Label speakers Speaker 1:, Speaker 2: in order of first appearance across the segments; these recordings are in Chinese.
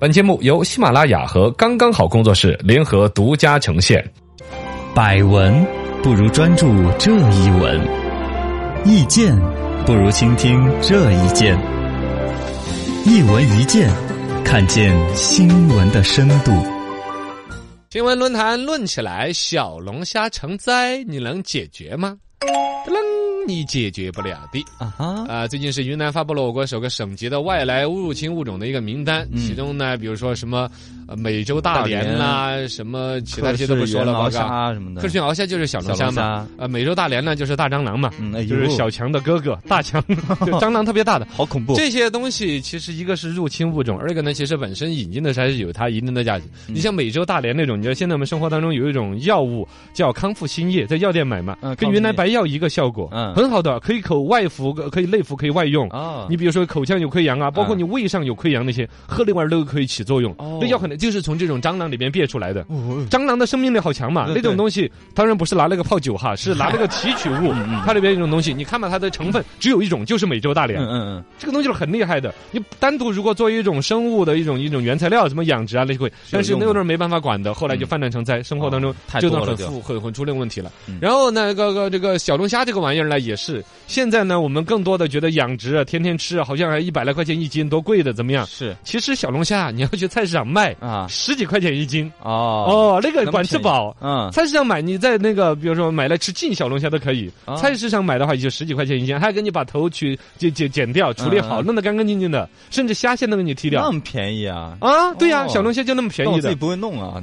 Speaker 1: 本节目由喜马拉雅和刚刚好工作室联合独家呈现。
Speaker 2: 百闻不如专注这一闻，意见不如倾听这一见。一闻一见，看见新闻的深度。
Speaker 1: 新闻论坛论起来，小龙虾成灾，你能解决吗？你解决不了的。
Speaker 2: 啊哈，
Speaker 1: 啊、最近是云南发布了我国首个省级的外来入侵物种的一个名单，
Speaker 2: 嗯
Speaker 1: 其中呢，比如说什么、呃美洲大
Speaker 2: 大
Speaker 1: 蠊
Speaker 2: 蠊
Speaker 1: 啦，什么其他
Speaker 2: 科
Speaker 1: 这些
Speaker 2: 氏
Speaker 1: 都不说了，
Speaker 2: 猿
Speaker 1: 报
Speaker 2: 鳌
Speaker 1: 告。
Speaker 2: 虾什么的
Speaker 1: 科。氏猿鳌虾就是小龙虾
Speaker 2: 小龙
Speaker 1: 嘛
Speaker 2: 虾，
Speaker 1: 呃，美洲大蠊呢就是大蟑螂嘛，
Speaker 2: 嗯，哎呦
Speaker 1: 就是小强的哥哥大强， 就蟑螂特别大的。
Speaker 2: 好恐怖。
Speaker 1: 这些东西其实一个是入侵物种，二一个呢，其实本身引进的时候还是有它一定的价值。
Speaker 2: 嗯
Speaker 1: 你像美洲大蠊那种，你知道现在我们生活当中有一种药物叫康复新液，在药店买嘛，
Speaker 2: 嗯
Speaker 1: 跟原来白药一个效果，
Speaker 2: 嗯
Speaker 1: 很好的，可以口外服，可以内服，可以外用。
Speaker 2: 啊，
Speaker 1: 你比如说口腔有溃疡啊，包括
Speaker 2: 嗯
Speaker 1: 你胃上有溃疡那些，喝那玩意儿都可以起作用
Speaker 2: 哦。
Speaker 1: 这药可能就是从这种蟑螂里边变出来的。
Speaker 2: 哦
Speaker 1: 蟑螂的生命力好强嘛，
Speaker 2: 对
Speaker 1: 那种
Speaker 2: 对
Speaker 1: 东西当然不是拿那个泡酒哈，是拿那个提取物
Speaker 2: 嗯嗯，
Speaker 1: 它里边有一种东西，你看吧，它的成分只有一种，就是美洲大
Speaker 2: 嗯
Speaker 1: 蠊。
Speaker 2: 嗯嗯，
Speaker 1: 这个东西是很厉害的。你单独如果作为一种生物的一种一种原材料，什么养殖啊那些会，但是
Speaker 2: 用
Speaker 1: 那
Speaker 2: 的
Speaker 1: 个东西没办法管的，后来就
Speaker 2: 嗯
Speaker 1: 泛滥成灾，生活当中
Speaker 2: 哦太
Speaker 1: 就
Speaker 2: 多
Speaker 1: 能
Speaker 2: 了
Speaker 1: 很
Speaker 2: 就
Speaker 1: 复很很出那个问题了
Speaker 2: 嗯。
Speaker 1: 然后呢，个个这个小龙虾这个玩意儿呢，也是现在呢，我们更多的觉得养殖啊，天天吃啊，好像还一百来块钱一斤，多贵的，怎么样？
Speaker 2: 是
Speaker 1: 其实小龙虾啊你要去菜市场卖，
Speaker 2: 啊，
Speaker 1: 十几块钱一斤
Speaker 2: 哦
Speaker 1: 哦，那个
Speaker 2: 那么
Speaker 1: 管吃
Speaker 2: 便宜
Speaker 1: 饱。
Speaker 2: 嗯，
Speaker 1: 菜市场买，你在那个比如说买来吃净小龙虾都可以。
Speaker 2: 啊
Speaker 1: 菜市场买的话，也就十几块钱一斤，还给你把头去剪剪剪掉，处理好，
Speaker 2: 嗯嗯
Speaker 1: 弄得干干净净的，甚至虾线都给你剔
Speaker 2: 那
Speaker 1: 掉。
Speaker 2: 么便宜啊？
Speaker 1: 啊，对呀、
Speaker 2: 哦
Speaker 1: 小龙虾就那么
Speaker 2: 但
Speaker 1: 便
Speaker 2: 我
Speaker 1: 宜
Speaker 2: 自己
Speaker 1: 的，
Speaker 2: 不会弄啊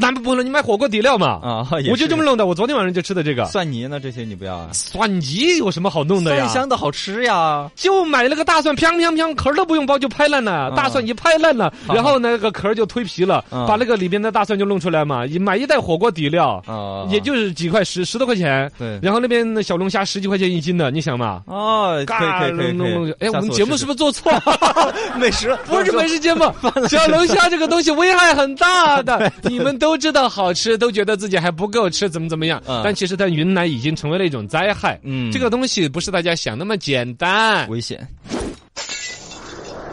Speaker 1: 那不不能你买火锅底料嘛？
Speaker 2: 啊！也
Speaker 1: 我就是这么弄的，我昨天晚上就吃的这个
Speaker 2: 蒜泥呢，这些你不要啊？
Speaker 1: 蒜泥有什么好弄的呀
Speaker 2: 蒜？香的好吃呀！
Speaker 1: 就买那个大蒜，砰砰砰，壳儿都不用剥就拍烂了，
Speaker 2: 嗯
Speaker 1: 大蒜一拍烂了，
Speaker 2: 好
Speaker 1: 然后那个壳儿就推皮了，
Speaker 2: 嗯
Speaker 1: 把那个里边的大蒜就弄出来嘛，一买一袋火锅底料，
Speaker 2: 啊，
Speaker 1: 也就是几块十十多块钱，
Speaker 2: 对
Speaker 1: 然后那边的小龙虾十几块钱一斤的，你想嘛？
Speaker 2: 哦，可以
Speaker 1: 啊嘎
Speaker 2: 可以可以
Speaker 1: 弄弄
Speaker 2: 可
Speaker 1: 弄
Speaker 2: 以。
Speaker 1: 哎，我们节目是不是做错了？
Speaker 2: 是美食？
Speaker 1: 不是美 食节目，小龙虾这个东西危害很大的，你们都知道好吃，都觉得自己还不够吃，怎么怎么样
Speaker 2: 嗯？
Speaker 1: 但其实在云南已经成为了一种灾害。
Speaker 2: 嗯
Speaker 1: 这个东西不是大家想那么简单。
Speaker 2: 危险。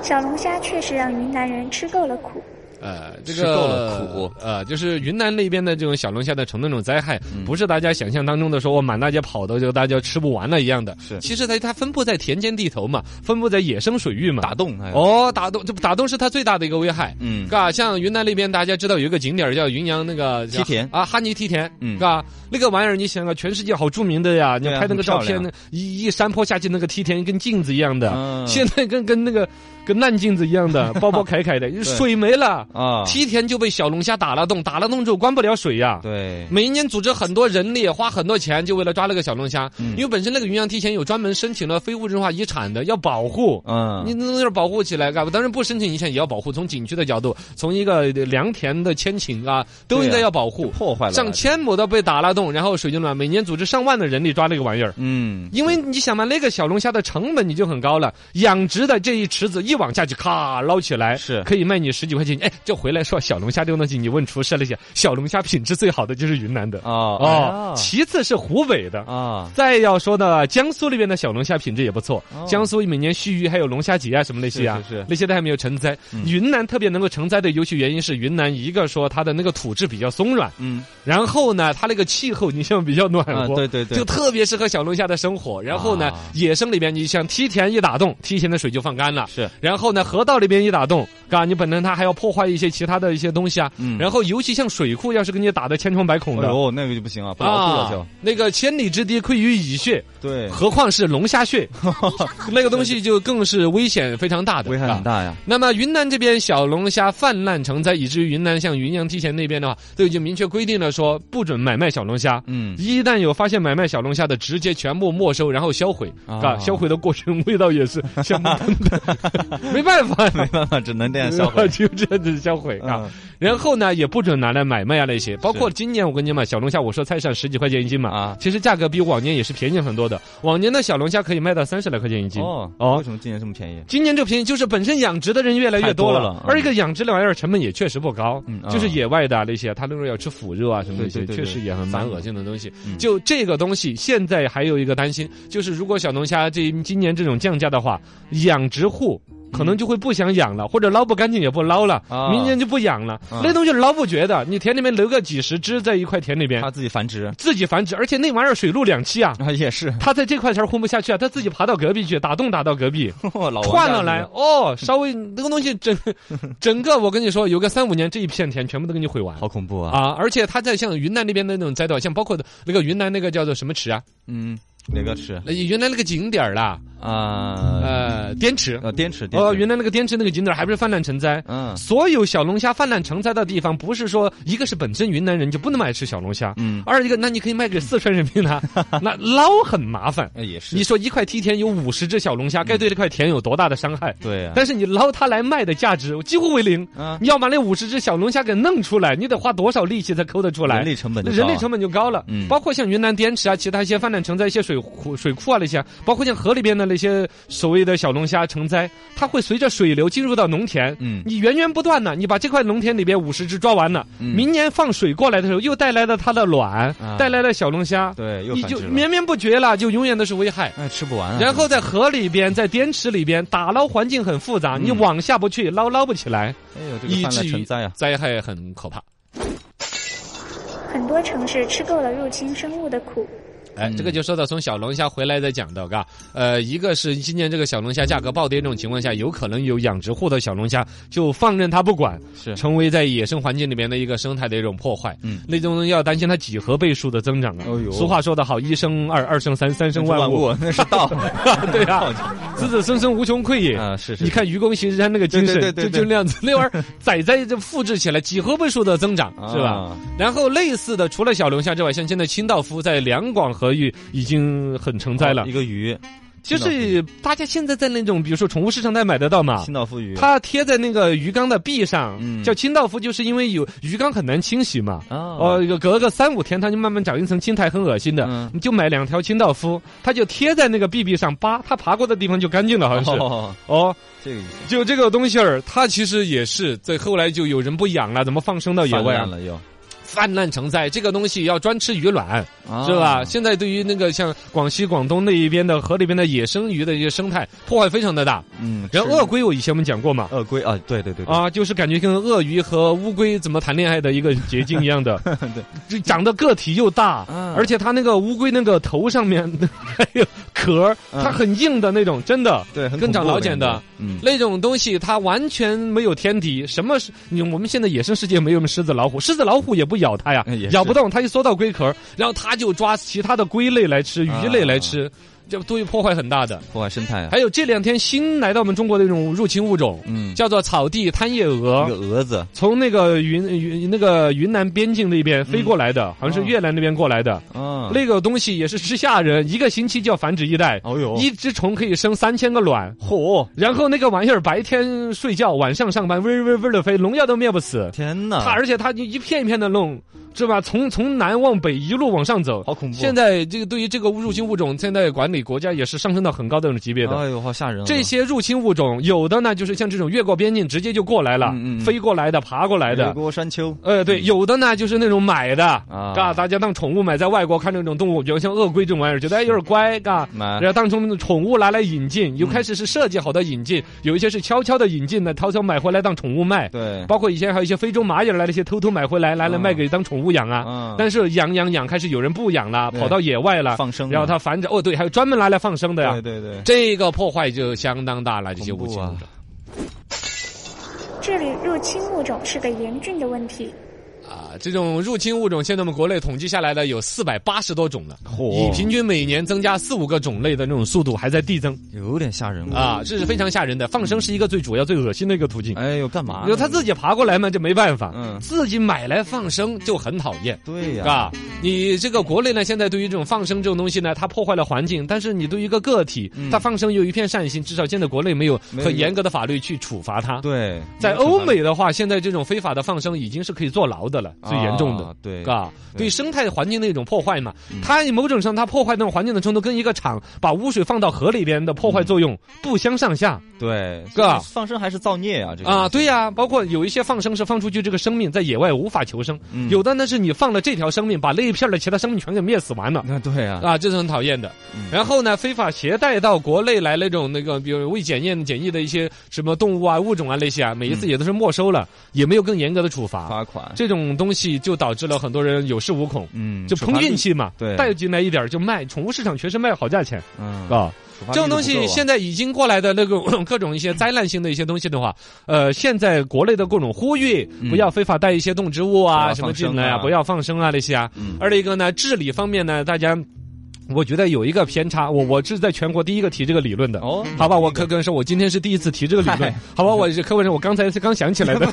Speaker 3: 小龙虾确实让云南人吃够了苦。
Speaker 1: 呃，这
Speaker 2: 吃
Speaker 1: 个
Speaker 2: 够了苦
Speaker 1: 呃，就是云南那边的这种小龙虾的成那种灾害，
Speaker 2: 嗯
Speaker 1: 不是大家想象当中的说我满大街跑的，就大家吃不完了一样的。
Speaker 2: 是
Speaker 1: 其实它它分布在田间地头嘛，分布在野生水域嘛。
Speaker 2: 打洞还有
Speaker 1: 哦，打洞这不打洞是它最大的一个危害。
Speaker 2: 哎嗯
Speaker 1: 嘎，像云南那边大家知道有一个景点儿叫云阳那个叫
Speaker 2: 梯田
Speaker 1: 啊，哈尼梯田，
Speaker 2: 嗯
Speaker 1: 嘎，那个玩意儿你想啊，全世界好著名的呀，你
Speaker 2: 对啊
Speaker 1: 拍那个照片
Speaker 2: 很漂，亮
Speaker 1: 一一山坡下去那个梯田跟镜子一样的，
Speaker 2: 嗯
Speaker 1: 现在跟跟那个跟烂镜子一 样的，包包凯凯的，水没了，
Speaker 2: 啊，
Speaker 1: 梯田就被小龙虾打了洞，打了洞之后关不了水呀。
Speaker 2: 对，
Speaker 1: 每一年组织很多人力，花很多钱，就为了抓那个小龙虾。
Speaker 2: 嗯
Speaker 1: 因为本身那个云阳梯田有专门申请了非物质文化遗产的，要保护。
Speaker 2: 嗯，
Speaker 1: 你那东西保护起来干嘛？当然不申请遗产也要保护，从景区的角度，从一个良田的迁请啊，都应该要保护。
Speaker 2: 破坏了
Speaker 1: 上，千亩都被打拉洞，然后水就乱，每年组织上万的人力抓那个玩意儿。
Speaker 2: 嗯，
Speaker 1: 因为你想嘛，那个小龙虾的成本你就很高了，养殖的这一池子一网下去，咔捞起来
Speaker 2: 是
Speaker 1: 可以卖你十几块钱。哎，就回来说小龙虾这个东西，你问厨师那些，小龙虾品质最好的就是云南的
Speaker 2: 啊
Speaker 1: 哦，
Speaker 2: 哎呀
Speaker 1: 其次是湖北的
Speaker 2: 啊，
Speaker 1: 再要说呢，江苏那边的小龙虾品质也不错，
Speaker 2: 哦
Speaker 1: 江苏每年盱眙还有龙虾节啊什么那些啊，
Speaker 2: 是是嗯是
Speaker 1: 那些都还没有成灾。云南特别能够成灾的尤其原因是云南一个说它的那个土质比较松软，
Speaker 2: 嗯，
Speaker 1: 然后呢它那个气候你像比较暖
Speaker 2: 啊
Speaker 1: 和。
Speaker 2: 对对对
Speaker 1: 就，特别适合小龙虾的生活，然后呢，
Speaker 2: 啊
Speaker 1: 野生里边你像梯田一打洞，梯田的水就放干了，
Speaker 2: 是
Speaker 1: 然后呢，河道里边一打洞，嘎，你本身它还要破坏一些其他的一些东西啊，
Speaker 2: 嗯
Speaker 1: 然后尤其像水库，要是给你打的千疮百孔
Speaker 2: 哎
Speaker 1: 的，
Speaker 2: 呦，那个就不行啊，不牢固了就，
Speaker 1: 那个千里之堤溃于蚁穴，
Speaker 2: 对，
Speaker 1: 何况是龙虾血， 那个东西就更是危险非常大的，
Speaker 2: 危害很
Speaker 1: 啊。
Speaker 2: 大呀，
Speaker 1: 那么云南这边小龙虾泛滥成灾，以至于云南像云阳梯田那边的话，都已经明确规定了说不准买卖小龙虾。
Speaker 2: 嗯，
Speaker 1: 一旦有发现买卖小龙虾的，直接全部没收，然后销毁。
Speaker 2: 啊
Speaker 1: 啊，销毁的过程味道也是香喷喷的，没办法，
Speaker 2: 没办法，只能这样销毁。
Speaker 1: 就这样子销毁啊。
Speaker 2: 嗯
Speaker 1: 然后呢，也不准拿来买卖啊那些。包括今年我跟你讲嘛，小龙虾我说菜市场十几块钱一斤嘛，
Speaker 2: 啊
Speaker 1: 其实价格比往年也是便宜很多的。往年的小龙虾可以卖到三十来块钱一斤
Speaker 2: 哦为
Speaker 1: 哦。
Speaker 2: 什么今年这么便宜？
Speaker 1: 今年这便宜就是本身养殖的人越来越多了，
Speaker 2: 太多了嗯
Speaker 1: 而一个养殖的玩意儿成本也确实不高，
Speaker 2: 嗯啊
Speaker 1: 就是野外的、啊、那些，它那种要吃腐肉啊什么那些，
Speaker 2: 对对对
Speaker 1: 确实也很
Speaker 2: 对
Speaker 1: 蛮恶心的东西。
Speaker 2: 嗯
Speaker 1: 就这个东西，现在还有一个担心，就是如
Speaker 2: 嗯
Speaker 1: 果小龙虾这今年这种降价的话，养殖户可能就会不想养了，或者捞不干净也不捞了，
Speaker 4: 啊
Speaker 1: 明年就不养了。
Speaker 4: 啊
Speaker 1: 那东西捞不绝的，你田里面留个几十只在一块田里边
Speaker 2: 啊
Speaker 4: 它，自己繁殖
Speaker 1: 自己繁殖，而且那玩意儿水陆两栖啊。
Speaker 4: 啊，也是
Speaker 1: 它在这块田儿混不下去啊，它自己爬到隔壁去，打洞打到隔壁，
Speaker 4: 老王
Speaker 1: 换
Speaker 4: 家
Speaker 1: 了
Speaker 4: 这
Speaker 1: 来
Speaker 4: 个，
Speaker 1: 哦，稍微那个东西整 整个，我跟你说，有个三五年，这一片田全部都给你毁完
Speaker 4: 好恐怖啊！
Speaker 1: 啊！而且它在像云南那边的那种栽导，像包括那个云南那个叫做什么池啊，
Speaker 4: 嗯，哪个吃
Speaker 1: 那云南那个景点儿啦，
Speaker 4: 啊？
Speaker 1: 呃，滇池，
Speaker 4: 呃，滇池，滇
Speaker 1: 哦，
Speaker 4: 池，
Speaker 1: 云南那个滇池那个景点儿还不是泛滥成灾。
Speaker 4: 嗯
Speaker 1: 所有小龙虾泛滥成灾的地方，不是说一个是本身云南人就不那么爱吃小龙虾，
Speaker 4: 嗯，
Speaker 1: 二一个那你可以卖给四川人民 呐，那捞很麻烦。
Speaker 4: 哎也是
Speaker 1: 你，说一块梯田有五十只小龙虾，该对这块田有多大的伤害？
Speaker 4: 对啊，
Speaker 1: 但是你捞它来卖的价值几乎为零。
Speaker 4: 啊，
Speaker 1: 你要把那五十只小龙虾给弄出来，你得花多少力气才抠得出来？
Speaker 4: 人力成本就高啊
Speaker 1: 人力成本就高了。
Speaker 4: 嗯
Speaker 1: 包括像云南滇池啊，其他一些泛滥成灾一些水库、水库啊那些，包括像河里边的那些所谓的小龙虾成灾，它会随着水流进入到农田。
Speaker 4: 嗯
Speaker 1: 你源源不断的，你把这块农田里边五十只抓完了，
Speaker 4: 嗯
Speaker 1: 明年放水过来的时候，又带来了它的卵，
Speaker 4: 啊
Speaker 1: 带来了小龙虾，
Speaker 4: 对，又
Speaker 1: 你
Speaker 4: 繁
Speaker 1: 就
Speaker 4: 殖了，
Speaker 1: 绵绵不绝了，就永远都是危害。
Speaker 4: 哎，吃不完啊，
Speaker 1: 然后在河里边，在滇池里边打捞，环境很复杂，你
Speaker 4: 嗯
Speaker 1: 网下不去，捞捞不起来，
Speaker 4: 哎呦，这个
Speaker 1: 以
Speaker 4: 泛
Speaker 1: 至
Speaker 4: 滥
Speaker 1: 于
Speaker 4: 成灾啊，
Speaker 1: 灾害很可怕。
Speaker 3: 很多城市吃够了入侵生物的苦。
Speaker 1: 哎，
Speaker 4: 嗯
Speaker 1: 这个就说到从小龙虾回来再讲的，嘎，呃，一个是今年这个小龙虾价格暴跌这种情况下，有可能有养殖户的小龙虾就放任它不管，
Speaker 4: 是
Speaker 1: 成为在野生环境里面的一个生态的一种破坏。
Speaker 4: 嗯
Speaker 1: 那种要担心它几何倍数的增长啊。
Speaker 4: 哎呦
Speaker 1: 俗话说得好，一生二，二生三，三生万物。，
Speaker 4: 那是道，
Speaker 1: 对 啊，子子孙孙无穷匮也。
Speaker 4: 啊，是是，
Speaker 1: 你看愚公移山那个精神，
Speaker 4: 对对对
Speaker 1: 就
Speaker 4: 对
Speaker 1: 就那样子， 那玩意儿仔仔就复制起来几何倍数的增长，是吧？
Speaker 4: 啊？
Speaker 1: 然后类似的，除了小龙虾之外，像现在清道夫在两广河域已经很成灾了
Speaker 4: 一。个鱼，
Speaker 1: 就
Speaker 4: 清道
Speaker 1: 是大家现在在那种比如说宠物市场带买得到嘛
Speaker 4: 清，道夫鱼，
Speaker 1: 它贴在那个鱼缸的壁上，
Speaker 4: 嗯
Speaker 1: 叫清道夫，就是因为有鱼缸很难清洗嘛。
Speaker 4: 啊
Speaker 1: 哦，，隔个三五天，它就慢慢长一层青苔，很恶心的。
Speaker 4: 嗯
Speaker 1: 你就买两条清道夫，它就贴在那个壁壁上扒，它爬过的地方就干净了，好像是。
Speaker 4: 哦，
Speaker 1: 哦，
Speaker 4: 这个意思，
Speaker 1: 就这个东西儿，它其实也是在后来就有人不养了，怎么放生到野
Speaker 4: 泛
Speaker 1: 外
Speaker 4: 滥
Speaker 1: 啊？
Speaker 4: 了又，
Speaker 1: 泛滥成灾，这个东西要专吃鱼卵，
Speaker 4: 啊
Speaker 1: 是吧？？现在对于那个像广西、广东那一边的河里边的野生鱼的一些生态破坏非常的大。
Speaker 4: 嗯，
Speaker 1: 然后
Speaker 4: 是
Speaker 1: 鳄龟，我以前我们讲过 嘛。
Speaker 4: 鳄龟啊，对对对对，
Speaker 1: 啊，就是感觉跟鳄鱼和乌龟怎么谈恋爱的一个捷径一样 的，
Speaker 4: 对，
Speaker 1: 就长得个体又大，
Speaker 4: 嗯
Speaker 1: 而且它那个乌龟那个头上面 还有壳儿，它
Speaker 4: 嗯
Speaker 1: 很硬的那种，真的。
Speaker 4: 对，很
Speaker 1: 跟长
Speaker 4: 恐怖
Speaker 1: 老茧的
Speaker 4: 感觉，嗯，
Speaker 1: 那种东西它完全没有天敌，什么是？你我们现在野生世界没有什么狮子、老虎，狮子、老虎也不咬它呀
Speaker 4: 哎也，是
Speaker 1: 咬不动它，一缩到龟壳儿，然后它就抓其他的龟类来吃、鱼类
Speaker 4: 啊
Speaker 1: 来吃，这对于破坏很大的。
Speaker 4: 破坏生态啊，
Speaker 1: 还有这两天新来到我们中国的一种入侵物种，
Speaker 4: 嗯，
Speaker 1: 叫做草地贪叶
Speaker 4: 一个
Speaker 1: 蛾。
Speaker 4: 蛾子，
Speaker 1: 从那个云云那个云南边境那边飞过来的，好像是
Speaker 4: 哦
Speaker 1: 越南那边过来的，
Speaker 4: 啊，
Speaker 1: 那个东西也是吃吓人，一个星期就要繁殖一代，
Speaker 4: 哦呦，
Speaker 1: 一只虫可以生三千个卵，
Speaker 4: 嚯，
Speaker 1: 然后那个玩意儿白天睡觉，晚上上班，嗡嗡嗡的飞，农药都灭不死。
Speaker 4: 天哪，
Speaker 1: 它而且它就一片一片的弄，是吧？从从南往北一路往上走。
Speaker 4: 好恐怖，
Speaker 1: 现在这个对于这个入侵物种，现在管理国家也是上升到很高的那种级别的。
Speaker 4: 哎呦，好吓人啊，
Speaker 1: 这些入侵物种，有的呢就是像这种越过边境直接就过来了，
Speaker 4: 嗯嗯嗯哎
Speaker 1: 飞过来的、爬过来
Speaker 4: 美
Speaker 1: 的。
Speaker 4: 国山丘，
Speaker 1: 呃，对，有的呢就是那种买的，
Speaker 4: 嗯啊
Speaker 1: 嘎，大家当宠物买，在外国看这种动物，比如像鳄龟这种玩意儿，觉得哎有点乖，嘎，
Speaker 4: 买嗯
Speaker 1: 然后当成宠物拿来引进，有开始是设计好的引进，有一些是悄悄的引进的，悄悄买回来当宠物卖，
Speaker 4: 对，
Speaker 1: 包括以前还有一些非洲蚂蚁来了，一些偷偷买回来，拿来
Speaker 4: 啊
Speaker 1: 卖给当宠物养啊。
Speaker 4: 啊
Speaker 1: 但是养养养，开始有人不养了，
Speaker 4: 对
Speaker 1: 跑到野外了，
Speaker 4: 放生啊，
Speaker 1: 然后它繁殖。哦，对，还有专门拿来放生的呀
Speaker 4: 对。对对，
Speaker 1: 这个破坏就相当大了，这些无
Speaker 4: 恐
Speaker 1: 情
Speaker 4: 怖啊
Speaker 1: 物种
Speaker 3: 治理入侵物种是个严峻的问题。
Speaker 1: 啊，这种入侵物种，现在我们国内统计下来的有四百八十多种了，以
Speaker 4: 嚯，
Speaker 1: 平均每年增加四五个种类的那种速度还在递增
Speaker 4: 有点吓人啊，
Speaker 1: 啊，这是非常吓人的。放生是一个最主要、最恶心的一个途径。
Speaker 4: 哎呦，干嘛呢？
Speaker 1: 有他自己爬过来嘛，这没办法。
Speaker 4: 嗯
Speaker 1: 自己买来放生就很讨厌。
Speaker 4: 对呀，
Speaker 1: 啊，你这个国内呢，现在对于这种放生这种东西呢，它破坏了环境，但是你对于一个个体，
Speaker 4: 嗯
Speaker 1: 它放生有一片善心，至少现在国内没有
Speaker 4: 没有
Speaker 1: 很严格的法律去处罚它。
Speaker 4: 对，
Speaker 1: 在
Speaker 4: 没有惩
Speaker 1: 欧
Speaker 4: 罚
Speaker 1: 美的话，现在这种非法的放生已经是可以坐牢的了，最严重的
Speaker 4: 啊。对
Speaker 1: 啊，对
Speaker 4: 对
Speaker 1: 生态环境的一种破坏嘛，它某种上它破坏那种环境的程度，跟一个厂把污水放到河里边的破坏作用不相上下
Speaker 4: 对，
Speaker 1: 是吧
Speaker 4: 放生还是造孽啊？这个
Speaker 1: 啊！对
Speaker 4: 呀，
Speaker 1: 呀、包括有一些放生是放出去这个生命在野外无法求生，
Speaker 4: 嗯
Speaker 1: 有的呢是你放了这条生命，把那一片儿的其他生命全给灭死完了。
Speaker 4: 那对啊，
Speaker 1: 啊，这是很讨厌的。
Speaker 4: 嗯
Speaker 1: 然后呢，非法携带到国内来那种那个，比如未检验检疫的一些什么动物啊、物种啊那些啊，每一次也都是没收了，也没有更严格的处罚。
Speaker 4: 罚款，
Speaker 1: 这种东西就导致了很多人有恃无恐，
Speaker 4: 嗯，
Speaker 1: 就
Speaker 4: 处罚
Speaker 1: 碰运
Speaker 4: 力，
Speaker 1: 气嘛，
Speaker 4: 对
Speaker 1: 带进来一点儿就卖。宠物市场全是卖好价钱
Speaker 4: 嗯，
Speaker 1: 啊。
Speaker 4: 处罚
Speaker 1: 这种
Speaker 4: 力
Speaker 1: 东
Speaker 4: 度不够
Speaker 1: 西
Speaker 4: 啊
Speaker 1: 现在已经过来的那个
Speaker 4: 嗯
Speaker 1: 各种一些灾难性的一些东西的话，呃，现在国内的各种呼吁，
Speaker 4: 嗯
Speaker 1: 不要非法带一些动植物
Speaker 4: 不
Speaker 1: 啊
Speaker 4: 要
Speaker 1: 什么
Speaker 4: 放生
Speaker 1: 进来啊，
Speaker 4: 啊
Speaker 1: 不要放生啊那些啊。
Speaker 4: 嗯
Speaker 1: 二一个呢，治理方面呢，大家我觉得有一个偏差，我
Speaker 4: 嗯
Speaker 1: 我是在全国第一个提这个理论的。
Speaker 4: 哦，
Speaker 1: 嗯好吧，我可跟说，我今天是第一次提这个理论
Speaker 4: 嗨。
Speaker 1: 好吧，我是柯文哲，我刚才是刚想起来 的。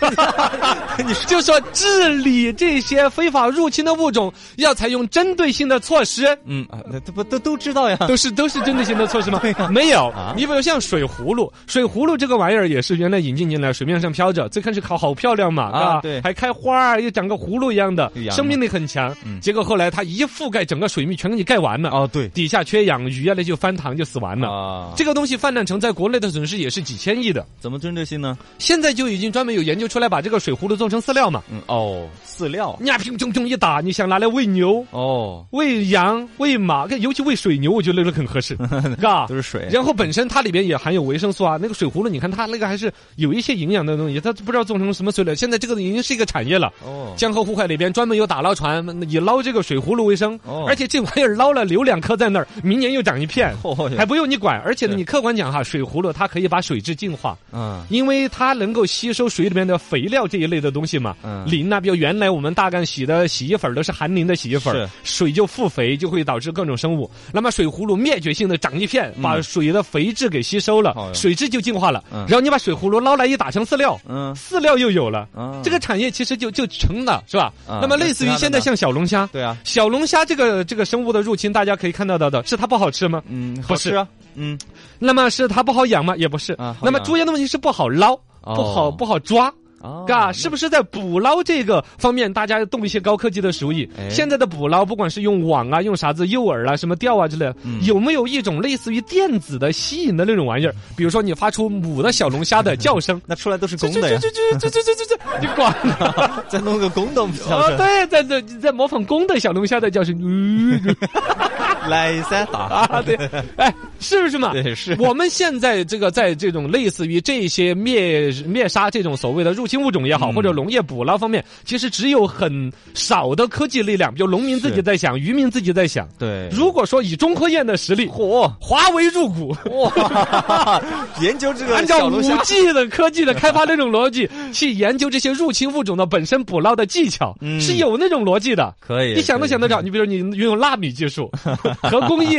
Speaker 1: 你就说治理这些非法入侵的物种，要采用针对性的措施。
Speaker 4: 嗯啊，那这不都都知道呀？
Speaker 1: 都是都是针对性的措施 吗？没有
Speaker 4: 啊。
Speaker 1: 你比如像水葫芦，水葫芦这个玩意儿也是原来引进进来，水面上飘着，最开始烤好漂亮嘛，
Speaker 4: 啊
Speaker 1: 是吧
Speaker 4: 对
Speaker 1: 还开花儿，又长个葫芦一样的
Speaker 4: 就，养
Speaker 1: 生命力很强。
Speaker 4: 嗯
Speaker 1: 结果后来它一覆盖整个水密，全给你盖完了，
Speaker 4: 哦，对
Speaker 1: 底下缺氧，鱼啊那就翻塘就死完了。
Speaker 4: 啊，
Speaker 1: 这个东西泛滥成灾，国内的损失也是几千亿的。
Speaker 4: 怎么针对性呢？
Speaker 1: 现在就已经专门有研究出来，把这个水葫芦做成饲料嘛，
Speaker 4: 嗯，哦，饲料，
Speaker 1: 你啊，砰砰砰一打，你想拿来喂牛、
Speaker 4: 哦，
Speaker 1: 喂羊、喂马，尤其喂水牛，我觉得那个很合 适，嘎
Speaker 4: 都。是水，
Speaker 1: 然后本身它里边也含有维生素啊，那个水葫芦你看它那个还是有一些营养的东西，它不知道做成什么水了。现在这个已经是一个产业了。
Speaker 4: 哦，
Speaker 1: 江河湖海里边专门有打捞船，以捞这个水葫芦为生，
Speaker 4: 哦
Speaker 1: 而且这玩意儿捞了留两颗在那儿，明年又长一片，
Speaker 4: 哦
Speaker 1: 还不用你管。而且呢，
Speaker 4: 是
Speaker 1: 你客观讲哈，水葫芦它可以把水质净化，
Speaker 4: 嗯，
Speaker 1: 因为它能够吸收水里面的肥料这一类的东西嘛。
Speaker 4: 嗯
Speaker 1: 磷呐、比如原来我们大概洗的洗衣粉儿都是含磷的洗衣粉儿
Speaker 4: 是，
Speaker 1: 水就复肥，就会导致各种生物。那么水葫芦灭绝性的长一片，把水的肥质给吸收了，
Speaker 4: 好呀
Speaker 1: 水质就净化了。
Speaker 4: 哦嗯
Speaker 1: 然后你把水葫芦捞来一打成饲料，
Speaker 4: 嗯
Speaker 1: 饲料又有了，
Speaker 4: 啊
Speaker 1: 这个产业其实就就成了，是吧？
Speaker 4: 啊
Speaker 1: 那么类似于
Speaker 4: 那其他的
Speaker 1: 现
Speaker 4: 呢
Speaker 1: 在像小龙虾。
Speaker 4: 对啊，
Speaker 1: 小龙虾这个这个生物的入侵，大家可以看到到的是它不好吃吗？
Speaker 4: 嗯，
Speaker 1: 不
Speaker 4: 好
Speaker 1: 是
Speaker 4: 吃啊，嗯，
Speaker 1: 那么是它不好养吗？也不是。
Speaker 4: 啊好
Speaker 1: 那么
Speaker 4: 养
Speaker 1: 猪样的问题是不好捞，
Speaker 4: 哦
Speaker 1: 不好不好抓。
Speaker 4: 哦
Speaker 1: 嘎，是不是在捕捞这个方面，大家动一些高科技的手艺？
Speaker 4: 哎，
Speaker 1: 现在的捕捞，不管是用网啊、用啥子诱饵啊、什么钓啊之类的，有没有一种类似于电子的吸引的那种玩意儿？比如说你发出母的小龙虾的叫声
Speaker 4: 那出来都是
Speaker 1: 这
Speaker 4: 公
Speaker 1: 这
Speaker 4: 的
Speaker 1: 这
Speaker 4: 呀，
Speaker 1: 这这这这这这，你管了？
Speaker 4: 再弄个公的
Speaker 1: 啊
Speaker 4: 小，声，
Speaker 1: 对，在在在模仿公的小龙虾的叫声，嗯
Speaker 4: 来三打，
Speaker 1: 啊，对，哎，是不是嘛？
Speaker 4: 对是
Speaker 1: 我们现在这个在这种类似于这些灭灭杀这种所谓的入侵物种也好，
Speaker 4: 嗯
Speaker 1: 或者农业捕捞方面，其实只有很少的科技力量，比如农民自己在想，渔民自己在想。
Speaker 4: 对，
Speaker 1: 如果说以中科院的实力，
Speaker 4: 嚯
Speaker 1: 华为入股。
Speaker 4: 哇，研究这
Speaker 1: 按
Speaker 4: 个
Speaker 1: 照
Speaker 4: 小
Speaker 1: 五
Speaker 4: 龙虾，
Speaker 1: G 的科技的开发那种逻辑，去研究这些入侵物种的本身捕捞的技巧，
Speaker 4: 嗯
Speaker 1: 是有那种逻辑的。
Speaker 4: 可以
Speaker 1: 你想都
Speaker 4: 可以嗯
Speaker 1: 想得着。你比如你运用纳米技术和工艺，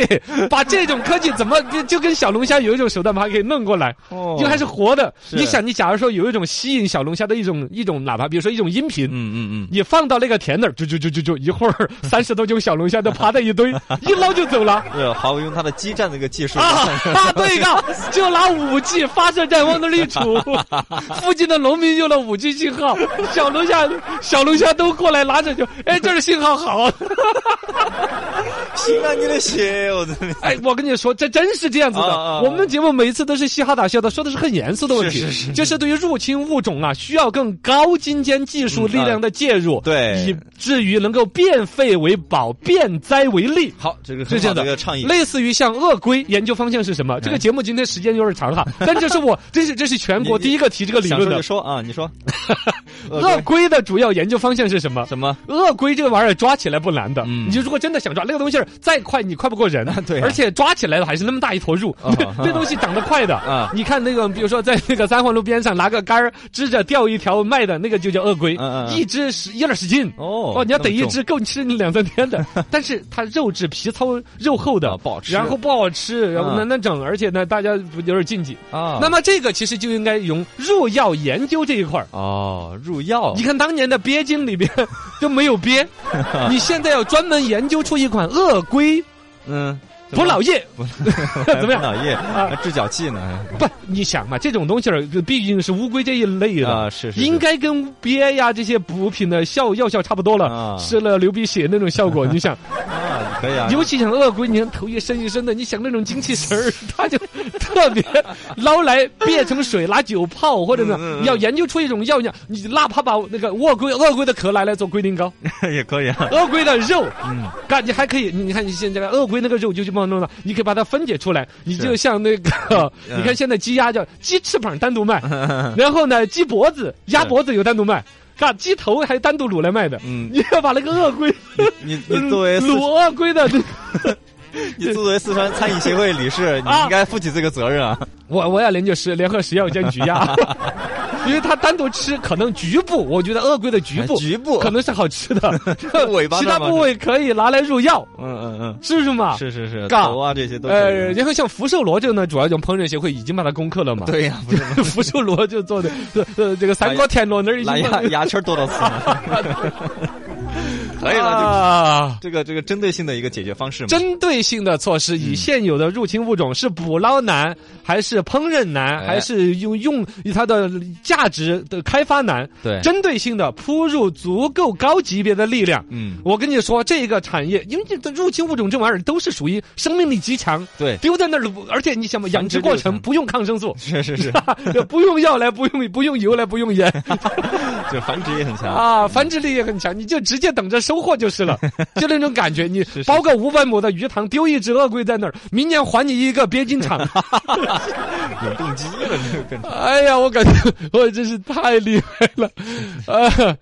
Speaker 1: 把这种科技怎么就跟小龙虾有一种手段把它给弄过来，
Speaker 4: 哦
Speaker 1: 因为还是活的。
Speaker 4: 是
Speaker 1: 你想，你假如说有一种吸引小龙虾的一种一种，哪怕比如说一种音频。
Speaker 4: 嗯嗯
Speaker 1: 你放到那个田那儿，就就就就就一会儿三十多种小龙虾都趴在一 堆，一捞就走了。
Speaker 4: 嗯，呃，华为用它的基站那个技术，
Speaker 1: 啊，啊对个，就拿五 G 发射站往那里 杵，附近的农民用了五 G 信号，小龙虾小龙虾都过来拿着就，哎，这儿信号好。
Speaker 4: 心安你的血，我的天，
Speaker 1: 哎，我跟你说，这真是这样子的。
Speaker 4: 啊啊啊
Speaker 1: 我们的节目每一次都是嘻哈打笑的，说的是很严肃的问题，
Speaker 4: 是是是
Speaker 1: 就是对于入侵物种啊，需要更高精尖技术力量的介入，
Speaker 4: 对
Speaker 1: 以至于能够变废为宝，变灾为利。
Speaker 4: 好，这个
Speaker 1: 是这样
Speaker 4: 这
Speaker 1: 的
Speaker 4: 个倡议，哎
Speaker 1: 类似于像鳄龟，研究方向是什么？这个节目今天时间有点 长哈，但这是我，这是这是全国
Speaker 4: 你
Speaker 1: 第一个提这个理
Speaker 4: 想
Speaker 1: 论
Speaker 4: 说
Speaker 1: 的
Speaker 4: 就。说啊，你 说鳄
Speaker 1: 鳄
Speaker 4: 龟
Speaker 1: 龟的主要研究方向是什么？
Speaker 4: 什么？
Speaker 1: 鳄龟这个玩意儿抓起来不难的，
Speaker 4: 嗯
Speaker 1: 你就如果真的想抓那个东西儿，再快你快不过人，
Speaker 4: 对啊
Speaker 1: 而且抓起来的还是那么大一坨肉，
Speaker 4: 啊
Speaker 1: 那东西长得快的
Speaker 4: 啊
Speaker 1: 你看那个，比如说在那个三环路边上拿个杆儿支着钓一条卖的那个就叫鳄龟，
Speaker 4: 嗯嗯嗯
Speaker 1: 一只十一二十斤。
Speaker 4: 哦
Speaker 1: 哦，你要逮一，
Speaker 4: 那么重
Speaker 1: 只够你吃两三天 的，但是它肉质皮糙肉厚的
Speaker 4: 啊，不好吃
Speaker 1: 然后不好吃，然后
Speaker 4: 嗯
Speaker 1: 难难整，而且呢，大家有点禁忌。
Speaker 4: 啊，
Speaker 1: 那么这个其实就应该用入药研究这一块儿。
Speaker 4: 哦，入药
Speaker 1: 你看当年的鳖精里边 就没有鳖，你现在要专门研究出一款鳄龟
Speaker 4: 嗯，怎
Speaker 1: 补
Speaker 4: 么
Speaker 1: 脑液，怎么样啊
Speaker 4: 补脑哎液、治脚气呢？
Speaker 1: 不，你想嘛，这种东西儿毕竟是乌龟这一类的，
Speaker 4: 啊是是是
Speaker 1: 应该跟鳖呀这些补品的效药效差不多了，
Speaker 4: 啊
Speaker 1: 吃了流鼻血那种效 果，你想，
Speaker 4: 啊，可以啊。
Speaker 1: 尤其像鳄龟，你看头一伸一伸的，你想那种精气神 儿，它就特别捞来变成水，拿酒泡或者呢，
Speaker 4: 嗯嗯嗯
Speaker 1: 你要研究出一种药样，你哪怕把那个鳄龟鳄龟的壳拿来做龟苓 膏，
Speaker 4: 也可以啊。
Speaker 1: 鳄龟的肉，嗯，干你还可以，你看你现在鳄龟那个肉就去帮弄了，你可以把它分解出来，你就像那个，
Speaker 4: 嗯
Speaker 1: 你看现在鸡鸭叫鸡翅膀单独卖，然后呢鸡脖子、鸭脖子有单独卖，干鸡头还单独卤来卖的，
Speaker 4: 嗯
Speaker 1: 你要把那个鳄龟，
Speaker 4: 你你作 为四
Speaker 1: 卤鳄龟的那个。
Speaker 4: 你作为四川餐饮协会理 事，你
Speaker 1: 啊
Speaker 4: 应该负起这个责任啊。
Speaker 1: 我我要研究食联合食药监局 呀，因为它单独吃可能局部，我觉得鳄龟的局部
Speaker 4: 哎局部，
Speaker 1: 可能是好吃的
Speaker 4: 尾巴
Speaker 1: 其
Speaker 4: 那
Speaker 1: 他
Speaker 4: 吗
Speaker 1: 部位可以拿来入药，
Speaker 4: 嗯嗯嗯，
Speaker 1: 是不是嘛？
Speaker 4: 是是是，
Speaker 1: 嘎
Speaker 4: 头啊这些都
Speaker 1: 呃，
Speaker 4: 是。
Speaker 1: 然后像福寿螺这个呢，主要用烹饪协会已经把它攻克了嘛。
Speaker 4: 对呀，不是
Speaker 1: 福寿螺就做的， 这呃这个三锅田螺那儿已经
Speaker 4: 拿 牙牙签儿剁到死吗？ 可以了，就
Speaker 1: 啊。
Speaker 4: 这个这个针对性的一个解决方式嘛。
Speaker 1: 针对性的措
Speaker 4: 嗯
Speaker 1: 施，以现有的入侵物种是捕捞难，还是烹饪难，
Speaker 4: 哎
Speaker 1: 还是用用它的价值的开发难？
Speaker 4: 对
Speaker 1: 针对性的铺入足够高级别的力量。
Speaker 4: 嗯
Speaker 1: 我跟你说，这个产业，因为这入侵物种这玩意儿都是属于生命力极强，
Speaker 4: 对
Speaker 1: 丢在那儿，而且你想嘛，养殖过程不用抗生素，
Speaker 4: 是是 是，
Speaker 1: 不用药来，不用不用油来，不用盐
Speaker 4: 就繁殖也很强。
Speaker 1: 啊，繁殖力也很强，你就直接等着收获就是了，就那种感觉。你包个五百亩的鱼塘，丢一只鳄龟在那儿，明年还你一个鳖金厂。
Speaker 4: 有动机了，这个更。
Speaker 1: 哎呀，我感觉我真是太厉害了，啊。